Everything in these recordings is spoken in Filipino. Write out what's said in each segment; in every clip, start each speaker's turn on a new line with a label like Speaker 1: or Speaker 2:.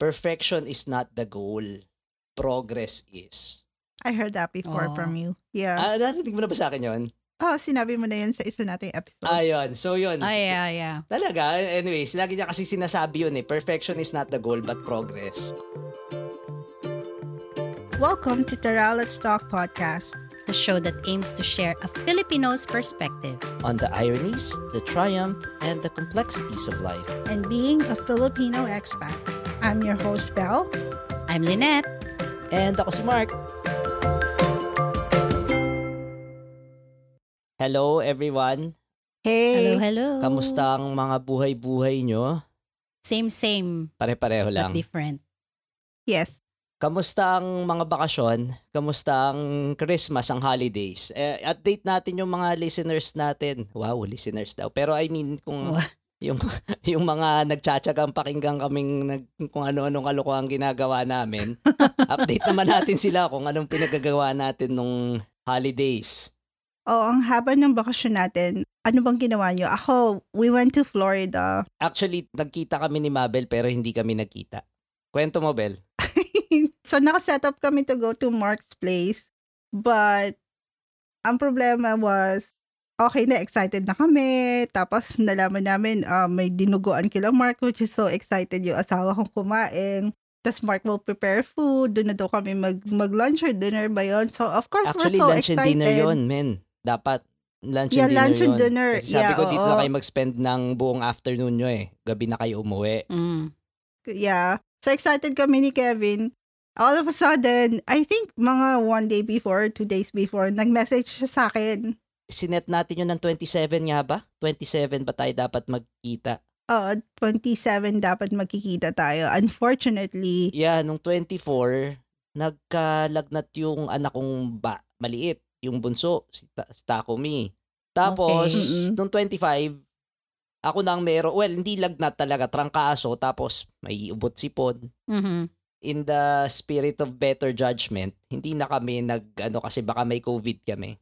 Speaker 1: perfection is not the goal. Progress is.
Speaker 2: I heard that before
Speaker 3: Oh.
Speaker 2: from you. Yeah.
Speaker 1: Ah, narinig mo na ba sa akin yun?
Speaker 2: oh, sinabi mo na yun sa isa nating episode.
Speaker 1: Ah, yun. So, yun.
Speaker 3: Ah, yeah, yeah.
Speaker 1: Talaga, anyway, lagi niya kasi sinasabi yun eh, perfection is not the goal but progress.
Speaker 2: Welcome to Tara Let's Talk podcast.
Speaker 3: The show that aims to share a Filipino's perspective
Speaker 1: On the ironies, the triumph, and the complexities of life.
Speaker 2: and being a Filipino expat. I'm your host, Belle.
Speaker 3: I'm Lynette.
Speaker 1: And ako si Mark. Hello everyone.
Speaker 2: Hey.
Speaker 3: Hello, hello.
Speaker 1: Kamusta ang mga buhay-buhay nyo?
Speaker 3: Same, same,
Speaker 1: Pare-pareho
Speaker 3: but
Speaker 1: lang.
Speaker 3: different.
Speaker 2: Yes.
Speaker 1: Kamusta ang mga bakasyon? Kamusta ang Christmas, ang holidays? Eh, update natin yung mga listeners natin. Wow, listeners daw. Pero I mean, kung
Speaker 3: Wow.
Speaker 1: yung, yung mga nagtsatsagang pakinggan kaming nag, kung ano-anong kalokohan ginagawa namin, update naman natin sila kung anong pinagagawa natin nung holidays.
Speaker 2: Oh, ang haba ng bakasyon natin. Ano bang ginawa nyo? Ako, we went to Florida.
Speaker 1: Actually, nagkita kami ni Mabel pero hindi kami nagkita. Kwento mo, Bel.
Speaker 2: so, nakaset up kami to go to Mark's place. But, ang problema was, okay na, excited na kami. Tapos, nalaman namin ah, may dinuguan kila Mark, which is so excited yung asawa kong kumain. Tapos, Mark will prepare food. Doon na daw kami mag, mag-lunch or dinner ba yun? So, of course,
Speaker 1: Actually,
Speaker 2: we're so
Speaker 1: lunch
Speaker 2: excited.
Speaker 1: and dinner yon men. Dapat lunch and
Speaker 2: Yeah,
Speaker 1: dinner
Speaker 2: lunch and
Speaker 1: yun.
Speaker 2: dinner.
Speaker 1: Kasi sabi
Speaker 2: Yeah,
Speaker 1: ko, dito
Speaker 2: oo.
Speaker 1: na kayo mag-spend ng buong afternoon nyo eh. Gabi na kayo umuwi.
Speaker 3: Mm.
Speaker 2: Yeah. So excited kami ni Kevin. All of a sudden, I think mga one day before, two days before, nag-message siya sa akin.
Speaker 1: Sinet natin yun ng 27 nga ba? 27 ba tayo dapat magkita?
Speaker 2: Uh, 27 dapat magkikita tayo. Unfortunately,
Speaker 1: Yeah, nung 24, nagkalagnat yung anak kong ba, maliit. Yung bunso, si, Ta- si Takumi. Tapos,
Speaker 2: Okay. Mm-mm.
Speaker 1: nung 25, ako na ang mero. Well, hindi lagnat talaga. Trangkaso. Tapos, may ubot sipon.
Speaker 3: Mm-hmm.
Speaker 1: in the spirit of better judgment, hindi na kami nag ano kasi baka may COVID kami.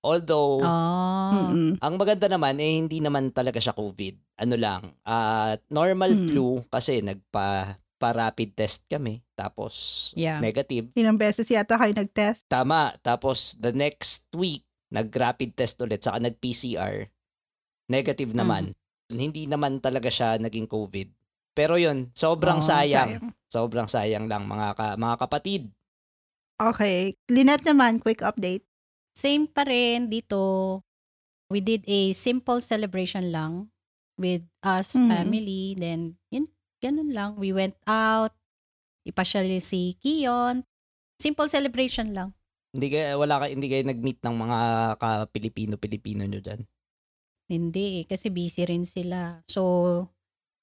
Speaker 1: Although
Speaker 3: Oh.
Speaker 2: mm-mm.
Speaker 1: ang maganda naman eh hindi naman talaga siya COVID. Ano lang, ah, normal
Speaker 2: Hmm.
Speaker 1: flu kasi nagpa pa rapid test kami tapos
Speaker 3: Yeah.
Speaker 1: negative.
Speaker 2: ilang beses yata kayo nag-test.
Speaker 1: Tama. Tapos the next week nag-rapid test ulit saka nag-PCR. Negative naman.
Speaker 3: Hmm.
Speaker 1: Hindi naman talaga siya naging COVID. Pero yun, sobrang
Speaker 3: Oh,
Speaker 1: Ah, sayang. Sobrang sayang lang mga ka, mga kapatid.
Speaker 2: Okay. Lynette naman, quick update.
Speaker 3: Same pa rin dito. We did a simple celebration lang with us,
Speaker 2: Mhm.
Speaker 3: family. Then, yun, ganun lang. We went out. Ipasyal si Kion. Simple celebration lang.
Speaker 1: Hindi kayo, eh, wala kayo, hindi kayo nag-meet ng mga ka-Pilipino-Pilipino nyo dyan.
Speaker 3: Hindi eh, kasi busy rin sila. So,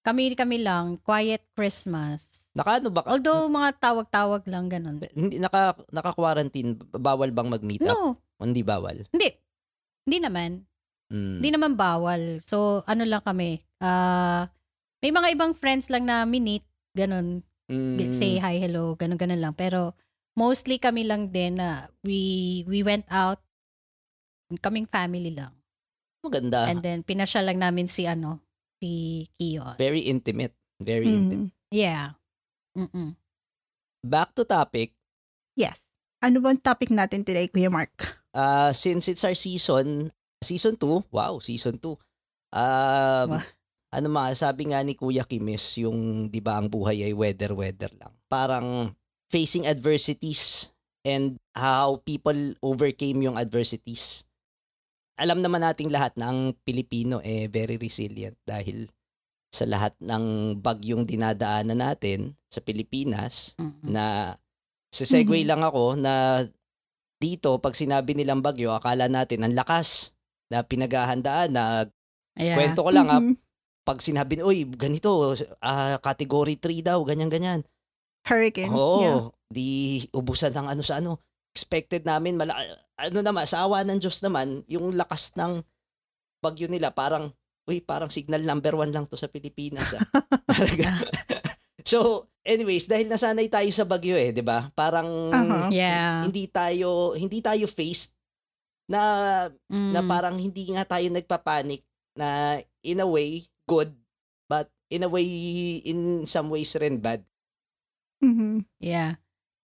Speaker 3: kami-kami lang, quiet Christmas.
Speaker 1: Naka ano ba? ka-
Speaker 3: Although, mga tawag-tawag lang ganun.
Speaker 1: hindi, naka, naka-quarantine, bawal bang mag-meet up?
Speaker 3: No,
Speaker 1: Hindi bawal.
Speaker 3: hindi. Hindi naman.
Speaker 1: Mm.
Speaker 3: Hindi naman bawal. So, ano lang kami. ah may mga ibang friends lang na minit, ganun.
Speaker 1: Mm.
Speaker 3: Say hi, hello, ganun-ganun lang. Pero, mostly kami lang din na we, we went out kaming family lang.
Speaker 1: Maganda.
Speaker 3: And then, pinasya lang namin si ano, si Kion.
Speaker 1: Very intimate. Very intimate.
Speaker 2: Mm.
Speaker 3: Yeah. Mm-mm.
Speaker 1: Back to topic.
Speaker 2: Yes. Ano bang topic natin today, Kuya Mark?
Speaker 1: Uh, since it's our season, season 2, wow, season 2. Um,
Speaker 3: Wow.
Speaker 1: Ano ma, sabi nga ni Kuya Kimis, yung di ba ang buhay ay weather-weather lang. Parang facing adversities and how people overcame yung adversities. Alam naman nating lahat na ang Pilipino eh very resilient dahil sa lahat ng bagyong dinadaanan natin sa Pilipinas,
Speaker 3: Mm-mm.
Speaker 1: na sa segue
Speaker 2: Mhm.
Speaker 1: lang ako na dito pag sinabi nilang bagyo akala natin ang lakas na pinaghahandaan na
Speaker 3: Yeah.
Speaker 1: kwento ko lang ah,
Speaker 2: Mhm.
Speaker 1: pag sinabi oy ganito ah, category 3 daw ganyan ganyan
Speaker 2: Hurricane.
Speaker 1: oo
Speaker 2: Yeah.
Speaker 1: di ubusan ng ano sa ano expected namin mala- ano naman sa awa ng Diyos naman yung lakas ng bagyo nila parang uy parang signal number one lang to sa Pilipinas ah. Talaga. so anyways dahil nasanay tayo sa bagyo eh di ba parang
Speaker 2: Aha.
Speaker 3: Yeah.
Speaker 1: hindi tayo hindi tayo faced na na
Speaker 3: Mm.
Speaker 1: parang hindi nga tayo nagpapanik na in a way good but in a way in some ways rin bad
Speaker 2: Mhm.
Speaker 3: Yeah.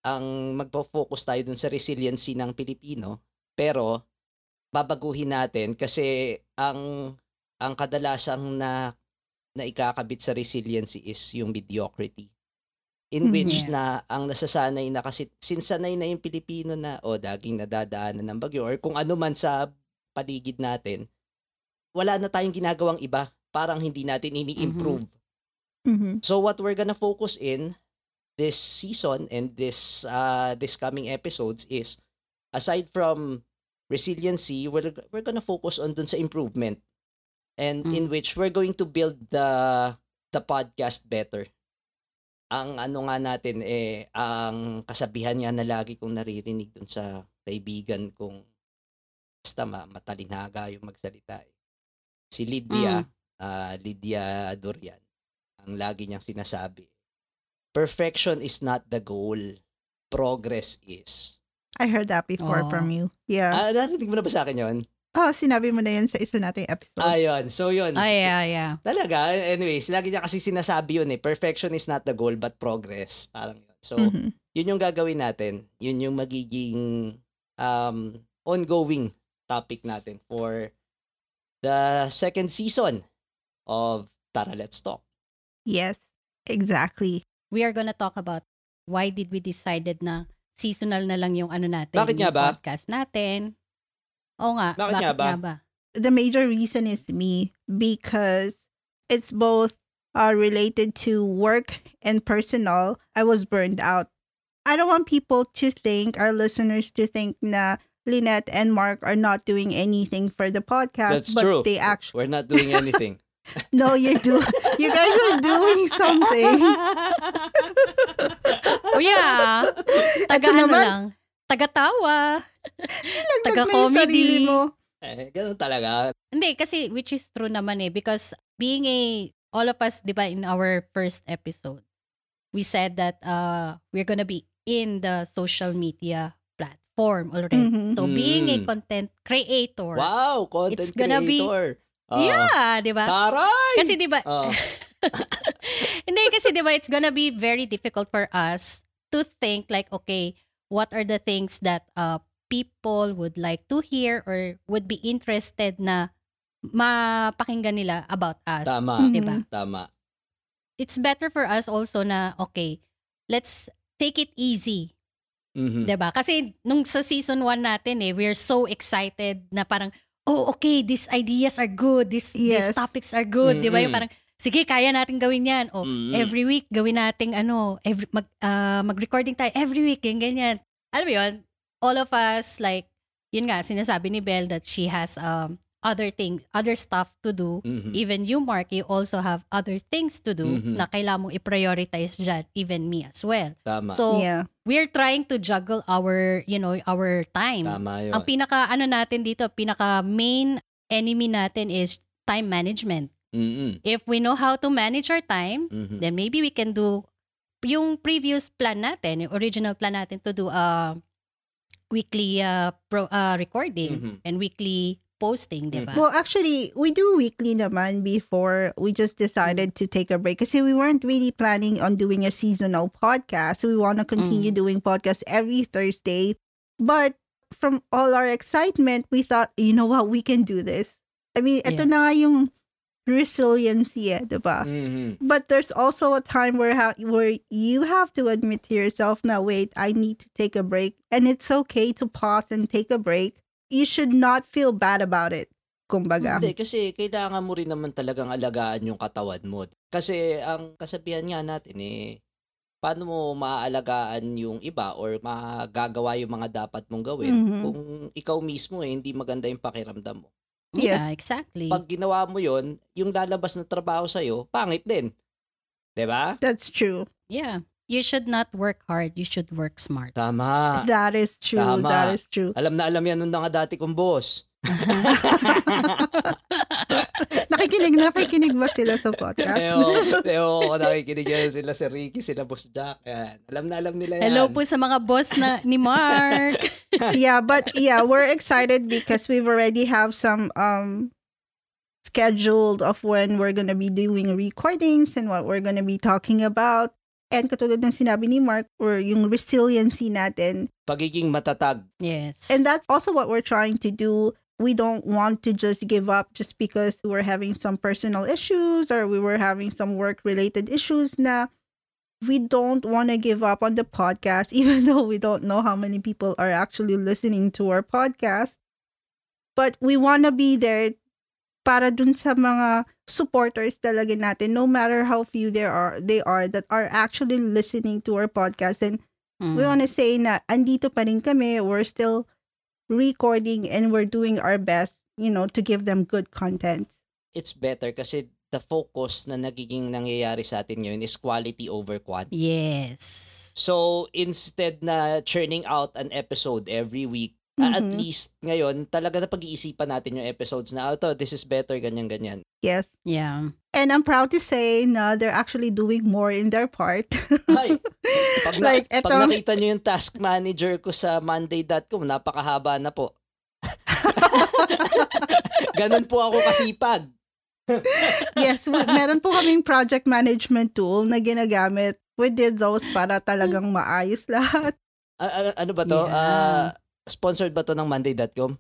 Speaker 1: ang magpo-focus tayo dun sa resiliency ng Pilipino, pero babaguhin natin kasi ang ang kadalasang na na ikakabit sa resiliency is yung mediocrity. In
Speaker 2: Mhm.
Speaker 1: which na ang nasasanay na kasi sinsanay na yung Pilipino na o daging nadadaanan ng bagyo or kung ano man sa paligid natin, wala na tayong ginagawang iba. Parang hindi natin ini-improve.
Speaker 2: Mhm.
Speaker 1: So what we're gonna focus in this season and this uh this coming episodes is aside from resiliency, we're we're gonna focus on dun sa improvement and
Speaker 3: Mm.
Speaker 1: in which we're going to build the the podcast better. Ang ano nga natin eh ang kasabihan nga na lagi kong naririnig dun sa kaibigan kong basta ma- matalinaga yung magsalita. eh. Si Lydia, ah, Lydia Dorian, ang lagi niyang sinasabi, perfection is not the goal, progress is.
Speaker 2: I heard that before
Speaker 3: Oo.
Speaker 2: from you. Yeah.
Speaker 1: Ah, narinig mo na ba sa akin yun?
Speaker 2: oh, sinabi mo na yun sa isa nating episode.
Speaker 1: Ayun, so yun.
Speaker 3: Oh, yeah, yeah.
Speaker 1: Talaga, anyways, lagi niya kasi sinasabi yun eh, perfection is not the goal but progress. Parang yun. So,
Speaker 3: Mm-hmm.
Speaker 2: Mhm.
Speaker 1: yun yung gagawin natin. Yun yung magiging um, ongoing topic natin for the second season of Tara Let's Talk.
Speaker 2: Yes. Exactly.
Speaker 3: We are gonna talk about why did we decided na seasonal na lang yung ano natin.
Speaker 1: Bakit nga
Speaker 3: yung
Speaker 1: ba?
Speaker 3: podcast natin. Oo nga.
Speaker 1: Bakit nga ba?
Speaker 2: The major reason is me because it's both uh, related to work and personal. I was burned out. I don't want people to think, our listeners to think na Lynette and Mark are not doing anything for the
Speaker 1: That's
Speaker 2: podcast. but
Speaker 1: true.
Speaker 2: They actually,
Speaker 1: We're not doing anything.
Speaker 2: no, you do. You guys are doing something.
Speaker 3: Oh, yeah. Taga
Speaker 2: Ito
Speaker 3: ano
Speaker 2: naman.
Speaker 3: lang. Taga-tawa.
Speaker 2: Dagdag mo yung sarili
Speaker 3: Taga-comedy.
Speaker 2: mo.
Speaker 1: eh, ganun talaga.
Speaker 3: Hindi, kasi which is true naman eh. Because being a, all of us, di ba, in our first episode, we said that uh, we're gonna be in the social media platform already.
Speaker 2: Mhm.
Speaker 3: So being a
Speaker 1: Mm.
Speaker 3: content creator,
Speaker 1: Wow, content
Speaker 3: It's gonna be-
Speaker 1: creator. Ah,
Speaker 3: yeah, di ba?
Speaker 1: taray!
Speaker 3: Kasi di ba,
Speaker 1: Ah.
Speaker 3: hindi kasi di ba, it's gonna be very difficult for us to think like, okay, what are the things that uh, people would like to hear or would be interested na mapakinggan nila about us.
Speaker 1: tama,
Speaker 3: Di ba?
Speaker 1: tama.
Speaker 3: It's better for us also na, okay, let's take it easy.
Speaker 1: Mhm.
Speaker 3: 'Di ba? Diba? Kasi nung sa season 1 natin eh, we're so excited na parang oh okay, these ideas are good, these
Speaker 2: Yes.
Speaker 3: these topics are good, 'di ba? Yung
Speaker 1: Mm-mm.
Speaker 3: parang sige, kaya natin gawin 'yan. O
Speaker 1: Mm-mm.
Speaker 3: every week gawin nating ano, every mag ah, mag-recording tayo every week, ganyan, ganyan. Alam mo 'yon? All of us like yun nga sinasabi ni Belle that she has um other things, other stuff to do.
Speaker 1: Mhm.
Speaker 3: Even you, Mark, you also have other things to do
Speaker 1: Mhm.
Speaker 3: na kailangan mong i-prioritize dyan, even me as well.
Speaker 1: Tama.
Speaker 3: So,
Speaker 2: yeah.
Speaker 3: we're trying to juggle our, you know, our time.
Speaker 1: tama yun.
Speaker 3: Ang pinaka ano natin dito, pinaka main enemy natin is time management.
Speaker 1: Mhm.
Speaker 3: If we know how to manage our time,
Speaker 1: Mhm.
Speaker 3: then maybe we can do yung previous plan natin, yung original plan natin to do a weekly uh, pro, uh, recording
Speaker 1: Mhm.
Speaker 3: and weekly posting, di ba?
Speaker 2: Well, actually, we do weekly naman before we just decided to take a break kasi we weren't really planning on doing a seasonal podcast. We want to continue
Speaker 3: Mm.
Speaker 2: doing podcasts every Thursday. But from all our excitement, we thought, you know what, we can do this. I mean, ito
Speaker 3: Yeah.
Speaker 2: na nga yung resiliency eh, diba?
Speaker 1: Mhm.
Speaker 2: But there's also a time where ha- where you have to admit to yourself, now wait, I need to take a break, and it's okay to pause and take a break. You should not feel bad about it. Kumbaga.
Speaker 1: Hindi, kasi kailangan mo rin naman talagang alagaan yung katawan mo. Kasi ang kasabihan nga natin eh, paano mo maaalagaan yung iba or magagawa yung mga dapat mong gawin
Speaker 2: Mhm.
Speaker 1: kung ikaw mismo eh, hindi maganda yung pakiramdam mo.
Speaker 3: Yeah, exactly.
Speaker 1: Pag ginawa mo yon yung lalabas na trabaho sa'yo, pangit din. 'Di ba?
Speaker 2: That's true.
Speaker 3: yeah. You should not work hard, you should work smart.
Speaker 1: Tama.
Speaker 2: that is true.
Speaker 1: Ah. Tama.
Speaker 2: That is true.
Speaker 1: Alam na alam yan nung mga dati kong boss.
Speaker 2: Nakikinig, nakikinig ba sila
Speaker 1: Eh,
Speaker 2: sa podcast?
Speaker 1: oo. Eh, oo, kung nakikinig yan sila si Ricky, sila Boss Jack. Yan. Alam na alam nila yan.
Speaker 3: Hello po sa mga boss na ni Mark.
Speaker 2: yeah, but yeah, we're excited because we've already have some um scheduled of when we're gonna be doing recordings and what we're gonna be talking about. And katulad ng sinabi ni Mark, or yung resiliency natin.
Speaker 1: Pagiging matatag.
Speaker 3: Yes.
Speaker 2: And that's also what we're trying to do. We don't want to just give up just because we were having some personal issues or we were having some work related issues na we don't want to give up on the podcast, even though we don't know how many people are actually listening to our podcast. But we want to be there para dun sa mga supporters talaga natin, no matter how few there are, they are that are actually listening to our podcast. And
Speaker 3: Mm.
Speaker 2: we want to say na andito pa rin kami, we're still recording and we're doing our best, you know, to give them good content.
Speaker 1: It's better kasi the focus na nagiging nangyayari sa atin ngayon is quality over quantity.
Speaker 3: Yes.
Speaker 1: So, instead na churning out an episode every week, ah, at
Speaker 2: Mhm.
Speaker 1: least ngayon, talaga na pag-iisipan natin yung episodes na, oh, to, this is better, ganyan-ganyan.
Speaker 2: Yes.
Speaker 3: Yeah.
Speaker 2: And I'm proud to say na they're actually doing more in their part.
Speaker 1: Ay, pag, na-
Speaker 2: like,
Speaker 1: pag
Speaker 2: eto-
Speaker 1: nakita nyo yung task manager ko sa monday.com, napakahaba na po. Ganun po ako kasipag.
Speaker 2: yes, we, meron po kaming project management tool na ginagamit. We did those para talagang maayos lahat.
Speaker 1: A- a- ano ba to?
Speaker 3: Yeah.
Speaker 1: Ah, sponsored ba to ng monday.com?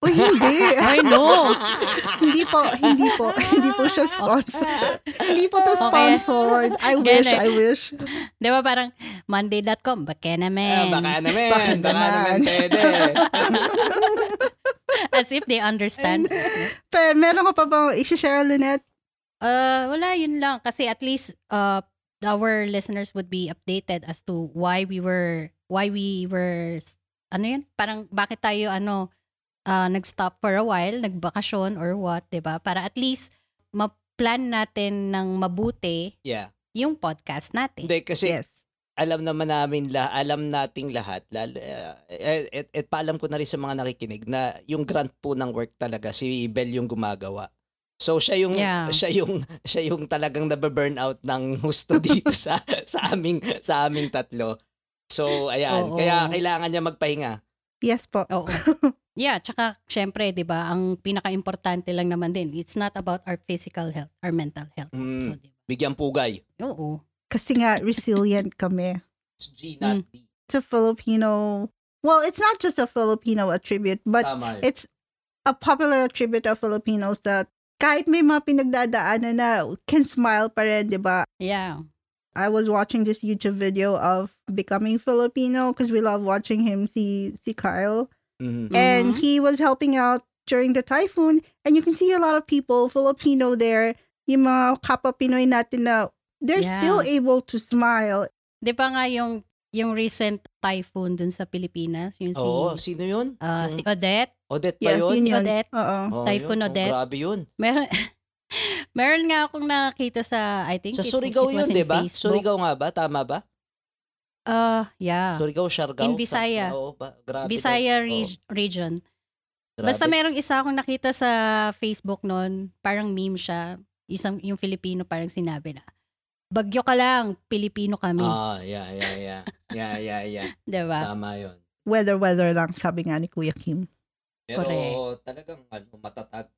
Speaker 2: Uy, hindi.
Speaker 3: I know.
Speaker 2: hindi po, hindi po, hindi po siya sponsored. hindi po to sponsored. I wish,
Speaker 3: Ganun.
Speaker 2: I wish.
Speaker 3: Di ba parang monday.com, baka
Speaker 1: Ah,
Speaker 3: naman.
Speaker 1: baka naman,
Speaker 2: Baka
Speaker 1: baka naman
Speaker 2: naman.
Speaker 1: pwede.
Speaker 3: As if they understand.
Speaker 2: Pero meron ka pa bang isi-share, Lynette?
Speaker 3: Uh, wala, yun lang. Kasi at least uh, our listeners would be updated as to why we were, why we were, ano yun? Parang bakit tayo, ano, uh, nag-stop for a while, nagbakasyon or what, di ba? Para at least ma-plan natin ng mabuti
Speaker 1: yeah.
Speaker 3: yung podcast natin.
Speaker 1: Hindi, kasi
Speaker 2: Yes.
Speaker 1: alam naman namin la alam nating lahat lalo eh, eh, et, et paalam ko na rin sa mga nakikinig na yung grant po ng work talaga si Bel yung gumagawa. So siya yung
Speaker 3: Yeah.
Speaker 1: siya yung siya yung talagang nababurn out ng husto dito sa sa aming sa aming tatlo. So ayan,
Speaker 3: Oo.
Speaker 1: kaya kailangan niya magpahinga.
Speaker 2: Yes po.
Speaker 3: Oo. Yeah, tsaka syempre, 'di ba, ang pinaka-importante lang naman din, it's not about our physical health, our mental health.
Speaker 1: Mm,
Speaker 3: So, di ba?
Speaker 1: bigyan pugay.
Speaker 3: Oo.
Speaker 2: Kasi nga, resilient kami.
Speaker 1: It's G not
Speaker 3: Mm.
Speaker 1: D.
Speaker 2: It's a Filipino, well, it's not just a Filipino attribute, but
Speaker 1: Tama. yun.
Speaker 2: it's a popular attribute of Filipinos that kahit may mga pinagdadaanan na can smile pa rin, di ba?
Speaker 3: Yeah.
Speaker 2: I was watching this YouTube video of becoming Filipino because we love watching him, si, si Kyle.
Speaker 1: Mhm.
Speaker 2: And
Speaker 3: Mhm.
Speaker 2: he was helping out during the typhoon. And you can see a lot of people, Filipino there, yung mga kapwa Pinoy natin na they're
Speaker 3: Yeah.
Speaker 2: still able to smile.
Speaker 3: 'Di ba nga yung yung recent typhoon dun sa Pilipinas, yung si
Speaker 1: Oo, Mm. sino yun?
Speaker 3: ah, si
Speaker 1: Yung
Speaker 3: Odette,
Speaker 1: Odette
Speaker 2: Yes,
Speaker 1: pa yun?
Speaker 2: yun
Speaker 3: si
Speaker 2: yun.
Speaker 3: Odette.
Speaker 2: Oo.
Speaker 1: Oo,
Speaker 3: Typhoon
Speaker 1: yun. Oo,
Speaker 3: Odette.
Speaker 1: grabe yun.
Speaker 3: Meron Meron nga akong nakakita sa I think
Speaker 1: Sa
Speaker 3: it's-
Speaker 1: Surigao
Speaker 3: it was
Speaker 1: yun,
Speaker 3: in
Speaker 1: di ba?
Speaker 3: Facebook.
Speaker 1: Surigao nga ba? Tama ba?
Speaker 3: Uh, yeah.
Speaker 1: Surigao, Siargao.
Speaker 3: In
Speaker 1: Sa-
Speaker 3: Visaya.
Speaker 1: Oo, ba? Grabe.
Speaker 3: Bisaya
Speaker 1: daw.
Speaker 3: reg- region.
Speaker 1: Oo, grabe.
Speaker 3: Basta merong isa akong nakita sa Facebook noon, parang meme siya. Isang, yung Filipino parang sinabi na, bagyo ka lang, Pilipino kami.
Speaker 1: Ah, yeah, yeah, yeah. Yeah, yeah, yeah.
Speaker 3: diba?
Speaker 1: Tama yun.
Speaker 2: Weather-weather lang, sabi nga ni Kuya Kim.
Speaker 1: Pero
Speaker 3: Correct.
Speaker 1: talagang ano, matatag.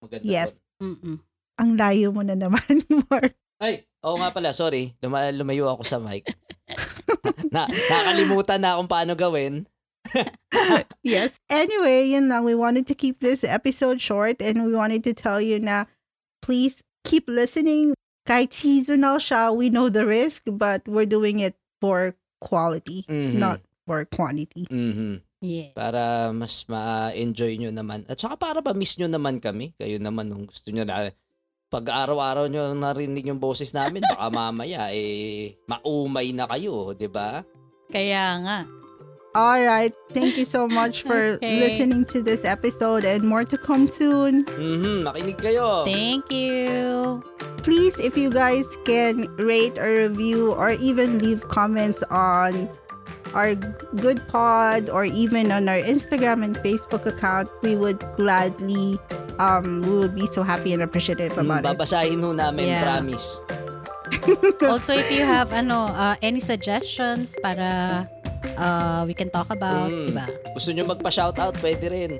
Speaker 1: Maganda
Speaker 2: Yes.
Speaker 1: yun.
Speaker 3: Mm-mm.
Speaker 2: Ang layo mo na naman, Mark.
Speaker 1: Ay, oo nga pala, sorry. Luma- lumayo ako sa mic. na nakalimutan na kung paano gawin.
Speaker 2: Yes. Anyway, yun lang. We wanted to keep this episode short and we wanted to tell you na please keep listening. Kahit seasonal siya, we know the risk, but we're doing it for quality,
Speaker 1: Mhm.
Speaker 2: not for quantity.
Speaker 1: Mhm.
Speaker 3: Yeah.
Speaker 1: Para mas ma-enjoy nyo naman. At saka para ma-miss nyo naman kami. Kayo naman kung gusto nyo na pag araw-araw nyo narinig yung boses namin, baka mamaya eh maumay na kayo, di ba?
Speaker 3: Kaya nga.
Speaker 2: All right. Thank you so much for
Speaker 3: Okay.
Speaker 2: listening to this episode and more to come soon.
Speaker 1: Mhm, makinig kayo.
Speaker 3: Thank you.
Speaker 2: Please, if you guys can rate or review or even leave comments on our Good Pod or even on our Instagram and Facebook account, we would gladly, um, we would be so happy and appreciative
Speaker 1: Mm,
Speaker 2: about it.
Speaker 1: babasahin ho namin,
Speaker 3: Yeah.
Speaker 1: promise.
Speaker 3: Also, if you have ano uh, any suggestions para uh, we can talk about,
Speaker 1: Mm.
Speaker 3: diba?
Speaker 1: Gusto nyo magpa-shoutout, pwede rin.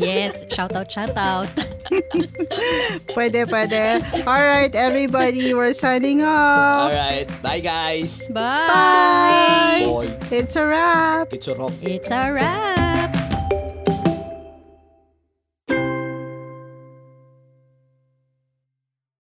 Speaker 3: Yes, shout out, shout out.
Speaker 2: Pwede, pwede. Alright, everybody, we're signing
Speaker 3: Oh.
Speaker 2: off.
Speaker 1: Alright. Bye, guys.
Speaker 3: Bye.
Speaker 1: Boy,
Speaker 2: It's a wrap.
Speaker 1: it's a rough
Speaker 3: It's a wrap.